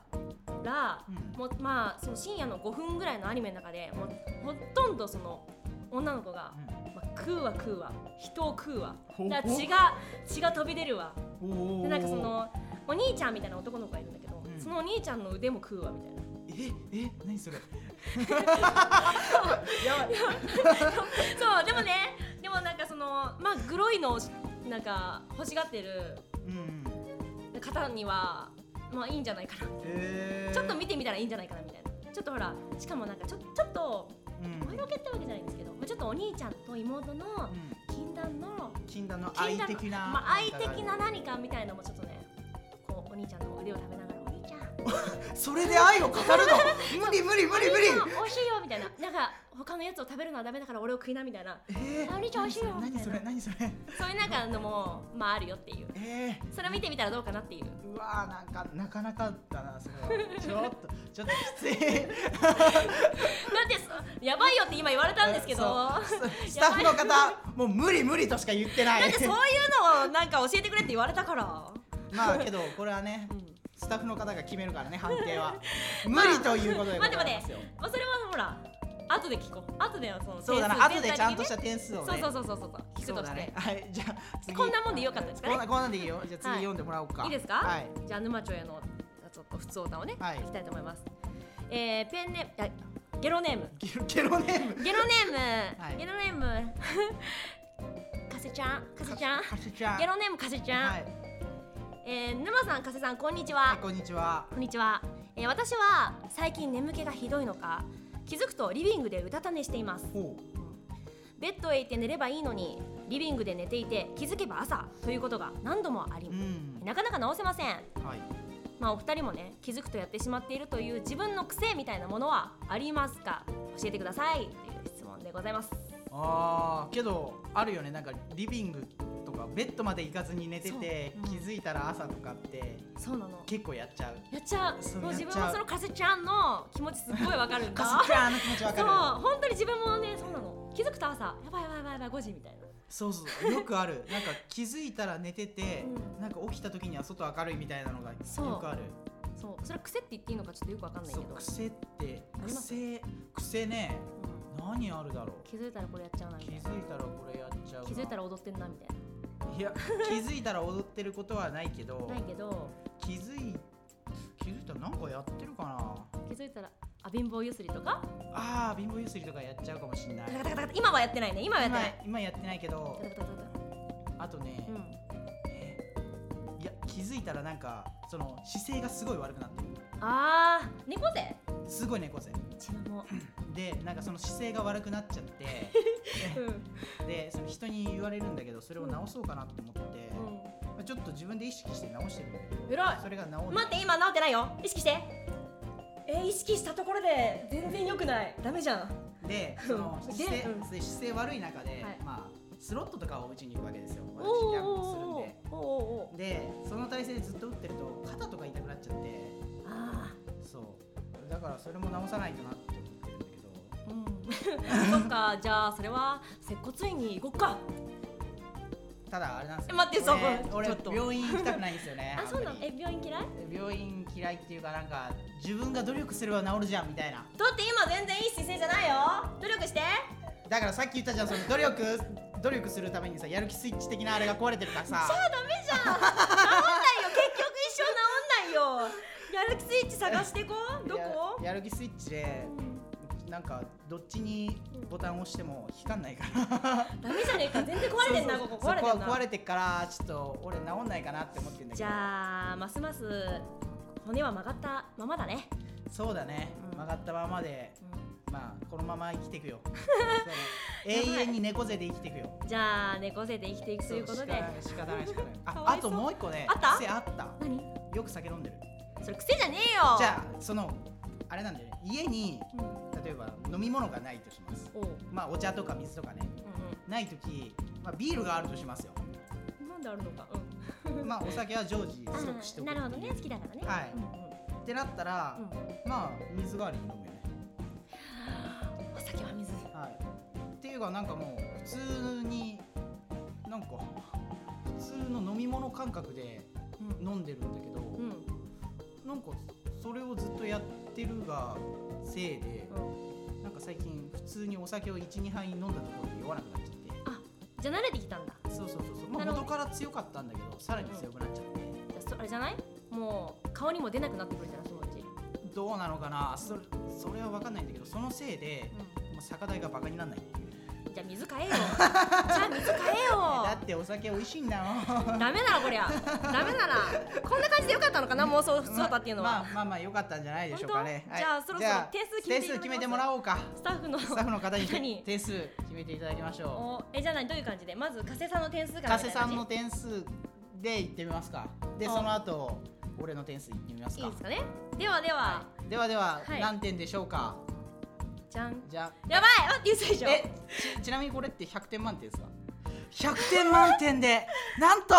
S1: ら、
S2: うん
S1: もうまあその深夜の5分ぐらいのアニメの中でもうほとんどその女の子が、まあ、食うわ食うわ人を食うわ
S2: ほ
S1: だから
S2: ほ
S1: 血が血が飛び出るわ
S2: うんおー
S1: でなんかそのお兄ちゃんみたいな男の子がいるんだけど、
S2: うん
S1: そのお兄ちゃんの腕も食うわみたいな
S2: ええ 何それ
S1: そうでもねでもなんかそのまあグロいのをしなんか欲しがってる
S2: うん
S1: 方にはまあいいんじゃないかな
S2: へー
S1: ちょっと見てみたらいいんじゃないかなみたいなちょっとほらしかもなんかちょちょっと
S2: うん
S1: 前ロケってわけじゃないんですけど、まあ、ちょっとお兄ちゃんと妹の
S2: うん
S1: 禁断の
S2: 禁断の愛的な
S1: まあ、愛的な何かみたいのもちょっとねこうお兄ちゃんの腕を食べながらお兄ちゃん
S2: それで愛を語 るの無理無理無理無理
S1: お兄ちゃん美味しいよみたいななんか他のやつを食べるのはダメだから俺を食いなみたいな
S2: えー
S1: あお兄ちゃん美味しいよ
S2: 何それ何それ何それ
S1: そういうなんかのもまああるよっていう
S2: え
S1: それを見てみたらどうかなっていう
S2: ーうわーなんかなかなかだなそ れはちょっとちょっときつい
S1: なんでそやばいよって今言われたんですけどだ
S2: そうスタッフの方もう無理無理としか言ってない
S1: ってそういうのをなんか教えてくれって言われたから、
S2: まあけどこれはね
S1: うん
S2: スタッフの方が決めるからね判 定は無理ということでございますよ、
S1: まあ、それはほら後で聞こう後ではその
S2: そうだな後でちゃんとした点数を
S1: 点
S2: ね
S1: 数全体的にねそうそうそうそうそう聞くとして
S2: そうだねはいじゃあ次
S1: こんなもんでよかったですかね
S2: こんなこんなんでいいよじゃあ次
S1: はい
S2: 読んでもらおうか、
S1: いいですか、
S2: はい
S1: じゃあ沼町へのちょっと普通歌をね、
S2: はい
S1: いきたいと思います、えー、ペンネームあゲロネーム
S2: ゲロゲロネーム
S1: ゲロネーム、
S2: はい
S1: ゲロネーム かせちゃんかせちゃん
S2: かせちゃん
S1: ゲロネームかせちゃん、
S2: はい
S1: えー沼さんかせさんこんにちは、
S2: はいこんにちは
S1: こんにちは、えー私は最近眠気がひどいのか気づくとリビングでうたた寝しています
S2: ほ
S1: ベッドへ行って寝ればいいのにリビングで寝ていて気づけば朝ということが何度もあり、
S2: ううん
S1: なかなか治せません
S2: はい
S1: まあお二人もね気づくとやってしまっているという自分の癖みたいなものはありますか教えてくださいという質問でございます
S2: あーけどあるよねなんかリビングとかベッドまで行かずに寝てて、
S1: そううん
S2: 気づいたら朝とかって
S1: そうなの
S2: 結構やっちゃう
S1: やっちゃう
S2: そう
S1: もう自
S2: やっ
S1: 分
S2: ちゃう
S1: もそのかせちゃんの気持ちすっごいわかる んだ
S2: かすちゃんの気持ちわ
S1: そう
S2: か
S1: 本当に自分もねそうなの気づくと朝やばいやばいやばいやばい5時みたいな
S2: るそうそうよくあるなんか気づいたら寝てて、
S1: う
S2: なんか起きた時には外明るいみたいなのがよ
S1: そう
S2: くある
S1: そうそれ癖って言っていいのかちょっとよくわかんないけ
S2: そう
S1: ど、
S2: 癖って
S1: あります
S2: 癖癖ね
S1: うん
S2: 何あるだろう
S1: 気づいたらこれやっちゃうなみ
S2: 気
S1: たい
S2: づ
S1: ない
S2: たらこれやっちゃうな
S1: 気づいたら踊ってんなみたい
S2: いや気づいたら踊ってることはないけど
S1: なないけど
S2: 気づい気づいたらなんかやってるかな
S1: 気づいたらあ貧乏ゆすりとか
S2: あー貧乏ゆすりとかやっちゃうかもし んない
S1: タカタカタカタ今はやってないね今はやって
S2: 今
S1: ない
S2: 今やってないけど
S1: タカタカタカタ
S2: あとね、
S1: うん
S2: えいや気づいたらなんかその姿勢がすごい悪くなってる
S1: ああ猫背
S2: すごい猫背
S1: うちのも、
S2: でなんかその姿勢が悪くなっちゃって
S1: うん
S2: でその人に言われるんだけどそれを直そうかなって思って、まあちょっと自分で意識して直してるんだけど
S1: 偉い
S2: それが
S1: う
S2: 直る
S1: ん、待って今治ってないよ意識してえー、意識したところで全然良くないダメじゃん
S2: でその
S1: うん
S2: 姿勢
S1: でうん
S2: で姿勢悪い中で、
S1: はい
S2: まあスロットとかを打ちに行くわけですよ
S1: お
S2: 私
S1: ー
S2: キャンプを
S1: おーお
S2: するんででその体勢でずっと打ってると肩とか痛くなっちゃって
S1: ーあ
S2: そうだからそれも直さないとなって思ってるんだけ
S1: あ
S2: ど
S1: うんそっかじゃあそれは接骨院に行こっか
S2: ただあれなんですよ
S1: 待ってそこ
S2: 俺
S1: ちょっと
S2: 俺病院行きたくないんですよね
S1: あそうなの
S2: んま
S1: え
S2: り
S1: 病院嫌いだ
S2: 病院嫌いっていうかなんか自分が努力すれば治るじゃんみたいな
S1: って今全然いい姿勢じゃないよ努力して
S2: だからさっき言ったじゃんその努力努力するためにさやる気スイッチ的なあれが壊れてるからさ
S1: あダメじゃん治んないよ結局一生治んないよやる気スイッチ探してこうどこ
S2: ややる気スイッチでなんかどっちにボタンを押しても引かんないから
S1: ダメじゃねえか全然 壊れてんなここ壊れて
S2: そ
S1: んな
S2: こは壊れてっからちょっと俺治んないかなって思ってんだけど
S1: じゃあますます骨は曲がったままだね、
S2: そうだね、
S1: うん
S2: 曲がったままでまあこのまま生き ていくよそうだ
S1: やばい
S2: 永遠に猫背で生きていくよ
S1: じゃあ猫背で生きていくということで
S2: そう仕方ない仕方ない
S1: か
S2: あ
S1: わ
S2: あ
S1: いそ
S2: と
S1: う
S2: もう一個ね
S1: あった
S2: 癖あった
S1: 何
S2: よく酒飲んでる
S1: それ癖じゃねえよ
S2: じゃあそのあれなんだよね家に
S1: うん
S2: 例えば飲み物がないとします
S1: おう
S2: まあお茶とか水とかね
S1: う
S2: ない時、まあ、ビールがあるとしますよ
S1: んうんなんであるのかうん
S2: まあお酒は常時スト
S1: あ
S2: ックして
S1: ー
S2: おく
S1: なるほどね好きだからね
S2: はい
S1: うん
S2: ってなったら、
S1: うんうん
S2: まあ水代わりに飲むよね
S1: お酒は水
S2: はいっていうかなんかもう普通になんか普通の飲み物感覚で
S1: うん
S2: 飲んでるんだけど、
S1: うん
S2: なんかそれをずっとやってるがせいで、なんか最近普通にお酒を12杯飲んだところで酔わなくなっちゃって
S1: じゃあ慣れてきたんだ
S2: そうそうそうそう、ま
S1: な
S2: あ、
S1: るほど
S2: 元から強かったんだけどさらに強くなっちゃって、
S1: じゃあそあれじゃないもう顔にも出なくなってくるじゃんそのうち、
S2: どうなのかなそれそれは分かんないんだけどそのせいで、まあ、酒代がバカにならないっていう、
S1: じゃあ水 買えよじゃあ水買えよ
S2: だってお酒美味しいんだも ん
S1: ダメならこりゃダメならこんな感じでよかったのかな妄想姿っていうのは、
S2: まあまあまあ良かったんじゃないでしょうかね
S1: 本当じゃあそろそろ
S2: じゃあ
S1: 点数決めていただきます
S2: 点数決めてもらお うか
S1: スタッフの
S2: スタッフの方に
S1: 方に
S2: 点数決めていただきましょ
S1: おえじゃあ何どういう感じでまず加瀬さんの点数か
S2: う
S1: ら
S2: 加瀬さんの
S1: み
S2: 点数でいってみますかで
S1: あ
S2: その後俺の点数いってみます
S1: たいな感じいい
S2: か
S1: ですかねではでは、
S2: ではでは、
S1: はい
S2: 何点でしょうか
S1: じゃん
S2: じゃ
S1: やばい待って嘘でし
S2: あ
S1: ょ
S2: えちちなみにこれって100点満点ですか100点満点で なんと、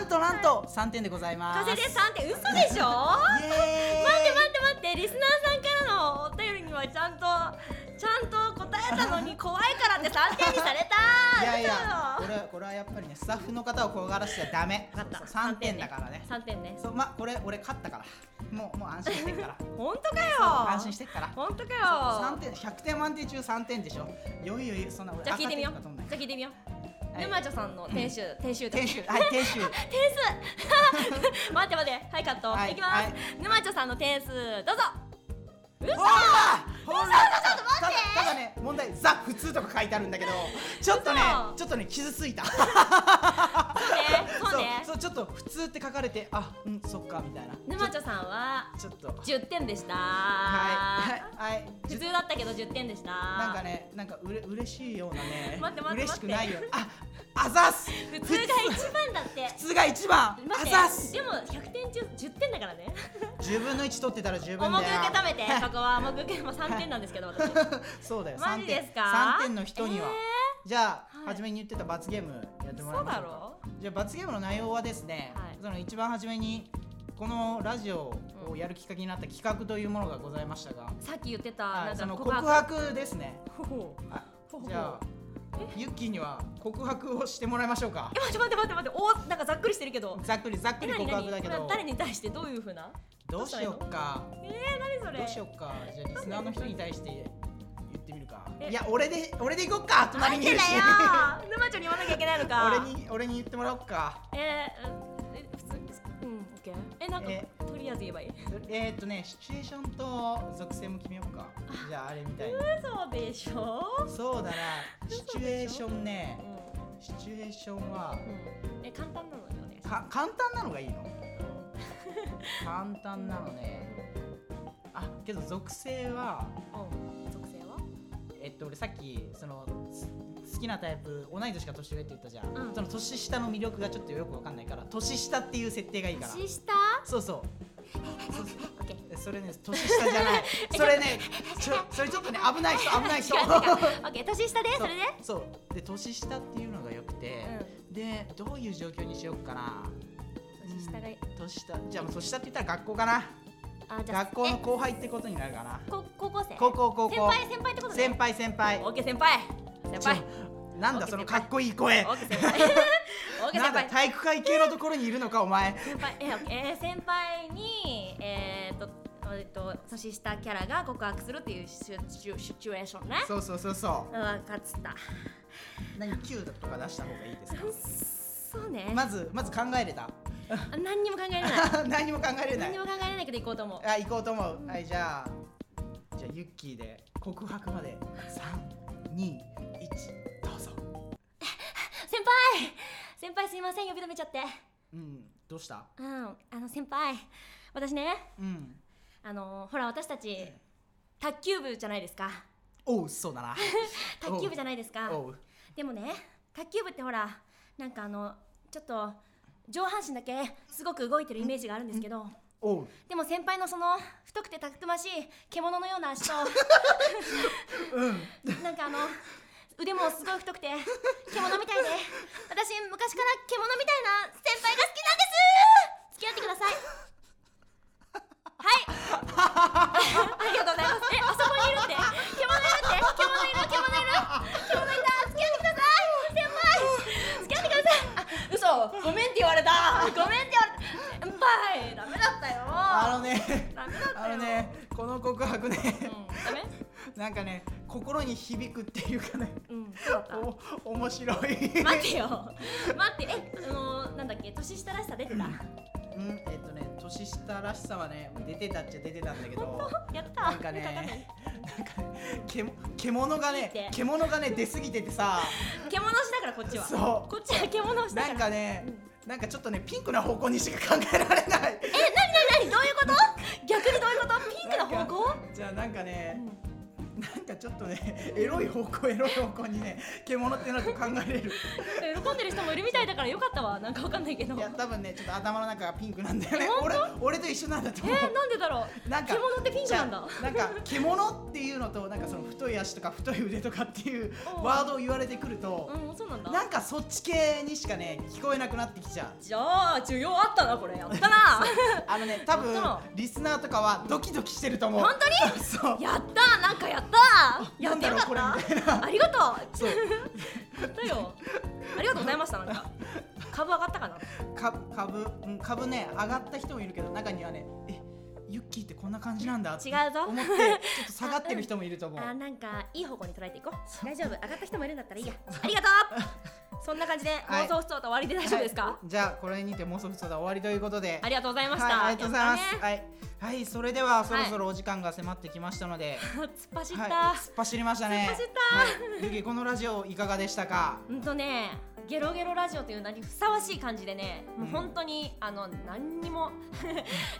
S2: なんとなんと3点でございます
S1: 加瀬でさんって嘘でしょ
S2: イエーイ
S1: 待って待って待ってリスナーさんからのお便りにはちゃんとちゃんと答えたの に怖いからって3点にされた
S2: いやいやこれこれはやっぱりねスタッフの方を怖がらせちゃダメ
S1: 分かった
S2: 3点だからね
S1: 3点ね
S2: そうまこれ俺勝ったからもうもう安心してっから
S1: 本当かよ
S2: 安心してっから
S1: 本当か
S2: 3
S1: よ
S2: 点100点満点中3点でしょよいよいそんな俺
S1: じゃあ聞いてみよう
S2: 赤点とか取んない
S1: じゃあ聞いてみよう
S2: はい
S1: 沼ちゃんさんの店主店主だ
S2: 店主はい店主
S1: 待って待ってはいカット、
S2: はい
S1: い、きます、
S2: はい
S1: 沼ちゃんさんの点数どうぞ
S2: ほらほらただただね問題「ザ・普通」とか書いてあるん だけどちょっとね
S1: 嘘
S2: ちょっとね傷ついた
S1: そうねそうね
S2: そうちょっと「普通」って書かれてあうんそっかみたいな
S1: 沼ちゃんさんは
S2: ちょちょっと
S1: 10点でした、
S2: はいはいはい
S1: 普通だったけど10点でした
S2: なんかね、なんかうれ嬉しいようなね、
S1: 待って待って
S2: 嬉し
S1: 待って
S2: くないよ。あ、あざっす。
S1: 普通が一番だって
S2: 普通が一番。
S1: 待
S2: あ
S1: って
S2: ざっす。
S1: でも100点中10点だからね
S2: 十分の一取ってたら十分
S1: 重く
S2: だ
S1: 受
S2: よ。
S1: け止め てここは重く受けまあ3点なんですけど私
S2: そうだよ。
S1: マジですか
S2: 三点の人には。じゃあ、
S1: はい
S2: 初めに言ってた罰ゲームやってもら
S1: そ
S2: いうまし
S1: だ
S2: ょうか。
S1: ろ
S2: じゃあ罰ゲームの内容はですね、
S1: はい
S2: その一番初めにこのラジオをやるきっかけになった企画というものがございましたが、
S1: さっき言ってた、
S2: はい、そ
S1: なん
S2: の
S1: か
S2: 告白ですね。
S1: ほほ
S2: あ
S1: ほほ
S2: じゃあユッキーには告白をしてもらいましょうか
S1: え。待って待って待って待っておーなんかざっくりしてるけど
S2: ざっくりざっく
S1: え
S2: り
S1: 何
S2: 告
S1: 何
S2: 白だけ
S1: な
S2: ど。
S1: 誰に対してどういうふうな
S2: どうしよっか。
S1: え何それ
S2: どうしよっか。じゃあリスナーの人に対して言ってみるか
S1: え。
S2: いや、俺で俺で行こっか。隣にいるし。
S1: あってだよ沼ちゃんに言わなきゃいけないのか
S2: 俺に俺に言ってもらおうか。
S1: えー、え普通うんオッケーえなんか
S2: え
S1: とりあえず言えばいい
S2: えー、っとね、シチュエーションと属性も決めようか。じゃああれみたいに。
S1: 嘘でしょ
S2: そうだな。シチュエーションね
S1: う。ん
S2: シチュエーションは
S1: うんえ簡単なのでお願いします
S2: か簡単なのがいいの。簡単なのね。あ、けど属性は
S1: うん属性は
S2: えっと、俺さっきそのす好きなタイプ同い年か年上って言ったじゃん、
S1: うん
S2: その年下の魅力がちょっとよくわかんないから年下っていう設定がいいから
S1: 年下
S2: そうそう
S1: オッケー
S2: えそれね年下じ ゃないそれねちょそれちょっとね危ない人危ない人
S1: 違う違うオッケー年下でそれで
S2: そうそうで年下っていうのがよくて、でどういう状況にしようかな
S1: 年下がいい
S2: うん年下じゃあもう年下って言ったら学校かな
S1: あじゃあ
S2: 学校
S1: え
S2: の後輩ってことになるかな
S1: こ高校生
S2: 高校高校
S1: 先輩先輩ってことね
S2: 先輩先輩
S1: オッケー先輩先輩
S2: ちょなんだそのかっこいい声
S1: 大木先 輩大木先
S2: なんだ
S1: 輩
S2: 体育会系のところにいるのかお前
S1: 先輩ええー先輩にえー、っとえーっと年下キャラが告白するっていうシチュシチュシチュエーションね
S2: そうそうそうそ
S1: 分かった
S2: う何キューとか出した方がいいですか
S1: そうね、
S2: まずまず考えれた
S1: 何にも考えれない
S2: 何も考えれな
S1: 何
S2: い
S1: にも考えれないけど行こうと思う
S2: あ行こうと思うはいじゃあじゃあユッキーで告白まで321どうぞ
S1: 先輩先輩すいません呼び止めちゃって
S2: うんどうした
S1: うんあの先輩私ね
S2: うん
S1: あのほら私たち卓球部じゃないですか
S2: おうそうだな
S1: 卓球部じゃないですか
S2: おう
S1: でもね卓球部ってほらなんかあのちょっと上半身だけすごく動いてるイメージがあるんですけど
S2: おう
S1: でも先輩のその太くてたくましい獣のような足となんかあの腕もすごい太くて獣みたいで私昔から獣みたいな先輩が好きなんです付き合ってくださいはいありがとうございますえあそこにいるって獣いるって獣いる獣いる獣いた付き合ってください先輩付き合ってくださいあ嘘ごめんって言われたごめんって言われた先輩ダメだったよ
S2: あのね
S1: ダメだった
S2: あ
S1: よ
S2: のねこの告白ね
S1: うんダメ
S2: なんかね心に響くっていうかね
S1: うんそうだった
S2: お面白い
S1: 待てよ待ってえあのー、なんだっけ年下らしさ出てた
S2: うんえっとね年下らしさはね出てたっちゃ出てたんだけど
S1: やった
S2: なんか
S1: よくわんない
S2: ねなんかねけ獣が
S1: 見て
S2: ね獣がね出過ぎててさ
S1: 獣しだからこっちは
S2: そう
S1: こっちは獣しだか
S2: な
S1: ら
S2: んかねなんかちょっとねピンクな方向にしか考えられない
S1: えなになになにどういうこと逆にどういうことピンクの方向
S2: じゃあなんかねなんかちょっとねエロい方向エロい方向にね獣っていうのと考えれる
S1: なんか喜んでる人もいるみたいだからよかったわなんかわかんないけど
S2: い
S1: え
S2: や多分ねちょっと頭の中がピンクなんだよね
S1: え本
S2: 俺俺と一緒なんだと思う、
S1: ー、なんでだろう
S2: なんか
S1: 獣ってピンクなんだ
S2: じゃあなんか獣っていうのとなんかその太い足とか太い腕とかっていうワードを言われてくると
S1: うんそうなんだ
S2: なんかそっち系にしかね聞こえなくなってきちゃう
S1: じゃあ需要あったなこれやったな
S2: あのね多分
S1: 本当
S2: リスナーとかはドキドキしてると思う
S1: 本
S2: 当に そう
S1: やったなんかやったや
S2: な
S1: っ
S2: ん
S1: て
S2: だ
S1: よ
S2: ろうこれ
S1: かっ
S2: みたい
S1: た
S2: な
S1: ありがとう
S2: そう
S1: やったよありがとうございましたなんか株上がったかな
S2: か株うん株ね上がった人もいるけど中にはねえユッキーってこんな感じなんだって
S1: 違うぞ
S2: 思ってちょっと下がってる人もいると思 う
S1: あーなんかいい方向に捉えていこう大丈夫上がった人もいるんだったらいいやありがとうそんな感じで
S2: はい
S1: 放送不と終わりで大丈夫ですか、
S2: はいじゃあこれにて妄想不相談終わりということで
S1: ありがとうございました、
S2: はい、ありがとうございます、
S1: やったね
S2: はい、はい、それではそろそろお時間が迫ってきましたので、
S1: 突っ走った、
S2: はい、突っ走りましたね
S1: 突っ走っ
S2: はい、ゆきこのラジオいかがでしたか
S1: うんとねゲロゲロラジオという名にふさわしい感じでね、もううん本当にあの何にも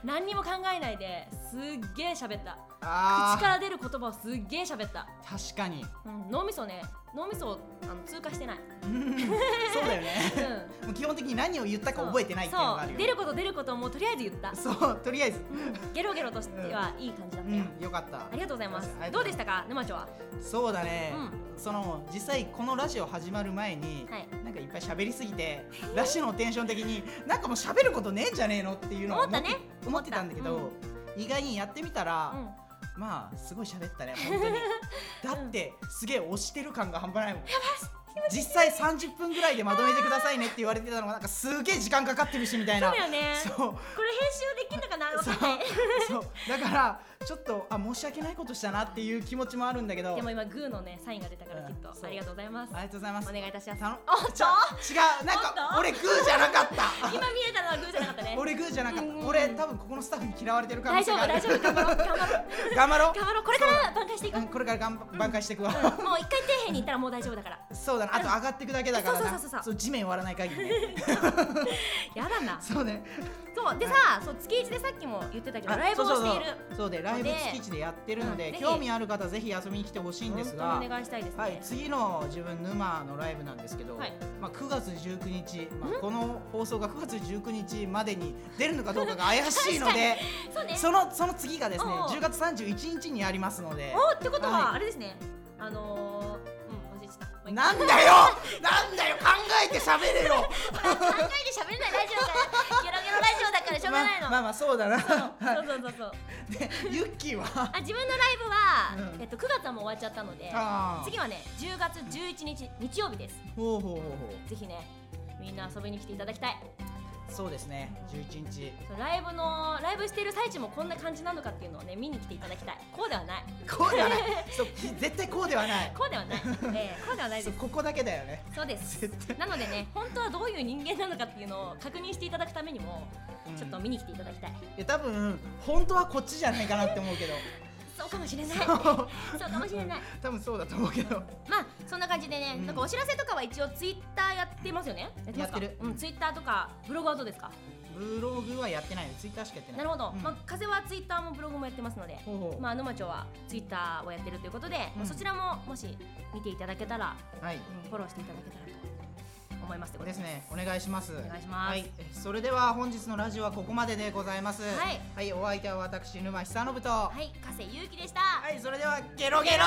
S1: 何にも考えないですっげえ喋った口か
S2: あ
S1: ら出る言葉をすっげえ喋った、
S2: あ、確かに
S1: うん、脳みそね脳みそをあの通過してない、
S2: うんそうだ よ
S1: う
S2: ね
S1: ん、
S2: もう基本的に何を言ったか覚えてないっていうのがある
S1: そう
S2: よ
S1: 出ること出ることをもうとりあえず言った
S2: そうとりあえず
S1: ゲロゲロとしてはいい感じだっ
S2: う
S1: たよ、
S2: ん、よかった
S1: ありがとうございます
S2: ありがとうございます
S1: どうでしたか沼町は
S2: そうだね、
S1: う
S2: その実際このラジオ始まる前に、
S1: はい
S2: なんかいっぱい喋りすぎてラジオのテンション的になんかもう喋ることねえんじゃねえのっていうのを
S1: 思ったね
S2: 思ってたんだけど、意外にやってみたら、まあすごい喋ったね本当 にだってすげえ押してる感が半端ないもん実際30分ぐらいでまとめてくださいねって言われてたのがなんかすげえ時間かかってるしみたいな
S1: そうだよね
S2: そう
S1: これ編集できんのかなわ
S2: そ
S1: か
S2: うん
S1: ない
S2: そうだからちょっとあ申し訳ないことしたなっていう気持ちもあるんだけど
S1: でも今グーのねサインが出たからきっと、
S2: うんそう
S1: ありがとうございます
S2: ありがとうございます
S1: お願いいたします
S2: たの
S1: おっと
S2: ちゃ違うなん
S1: おっ
S2: か
S1: と
S2: 俺グーじゃなかっ
S1: 今
S2: た
S1: 見えたのはグーじゃなかったね
S2: 俺グーじゃなかっ
S1: うんうんうん
S2: た俺多分ここのスタッフに嫌われてる可能
S1: 大
S2: 性
S1: 丈
S2: が
S1: 夫
S2: ある
S1: 大丈夫頑張ろう頑張ろう
S2: 頑張ろう
S1: 頑張ろうこれから挽回していこ
S2: う
S1: う、
S2: んこれから頑張挽回していくわ
S1: もう一回底辺に行ったらもう大丈夫だから
S2: そうだなあと上がっていくだけだから
S1: そう
S2: な
S1: そうそうそう
S2: そう地面割らない限り ね
S1: やだな
S2: そうね
S1: そうでさ、そう月一でさっきも言ってたけど
S2: あ
S1: ライブをしている
S2: そうそうそうそうでライブ
S1: で
S2: 月一でやってるの
S1: うん
S2: で
S1: ぜひ
S2: 興味ある方ぜひ遊びに来てほしいんですが
S1: 本当にお願いしたいですね、
S2: はい、次の自分沼のライブなんですけど、
S1: はい
S2: まあ、9月19日、まあ、この放送が9月19日までに出るのかどうかが怪しいの で
S1: そうね
S2: そのその次がですね
S1: おうおう
S2: 10月31日にありますので
S1: おってことは
S2: はい
S1: あれですね、あのー、うん忘れてたもう一回
S2: なんだよ なんだよ考えて喋れよ
S1: 考えて喋れないラジオだからゲロゲロラジオだからしょうゃないの、
S2: まあまあそうだな
S1: そうそうそうそう
S2: でユッキー は
S1: あ自分のライブは、
S2: うん
S1: えっと、9月はもう終わっちゃったので
S2: あー
S1: 次はね10月11日日曜日です
S2: ほうほうほうほ
S1: ぜひねみんな遊びに来ていただきたいう
S2: そうですね11日
S1: そうライブのライブしている最中もこんな感じなのかっていうのをね見に来ていただきたいこうではない
S2: こうではないそう絶対こうではない
S1: こうではない、え ーこうではないで
S2: そう
S1: す
S2: ここだけだよね
S1: そうです
S2: 絶対
S1: なのでね本当はどういう人間なのかっていうのを確認していただくためにも
S2: うん
S1: ちょっと見に来ていただきたい、
S2: いや多分本当はこっちじゃないかなって思うけど
S1: そうかもしれないそう
S2: そう
S1: かもしれない
S2: 多分そうだと思うけど
S1: まあそんな感じでね、
S2: うん
S1: なんかお知らせとかは一応ツイッターやってますよねやってますか
S2: やってる
S1: うん、ツイッターとかブログはどうですか
S2: ブログはやってないのツイッターしかやってない
S1: なるほど、
S2: うん
S1: まあ、風はツイッターもブログもやってますので、
S2: ほうほう
S1: まあ、沼町はツイッターをやってるということで、まあそちらももし見ていただけたら、
S2: はい
S1: うんフォローしていただけたらと思いますってこと
S2: ですねお願いしますお
S1: 願いします
S2: はいそれでは本日のラジオはここまででございます
S1: はい、
S2: お相手は私沼久信と
S1: はい、加瀬ゆうきでした、
S2: はい、それではゲロゲロ
S1: ゲロ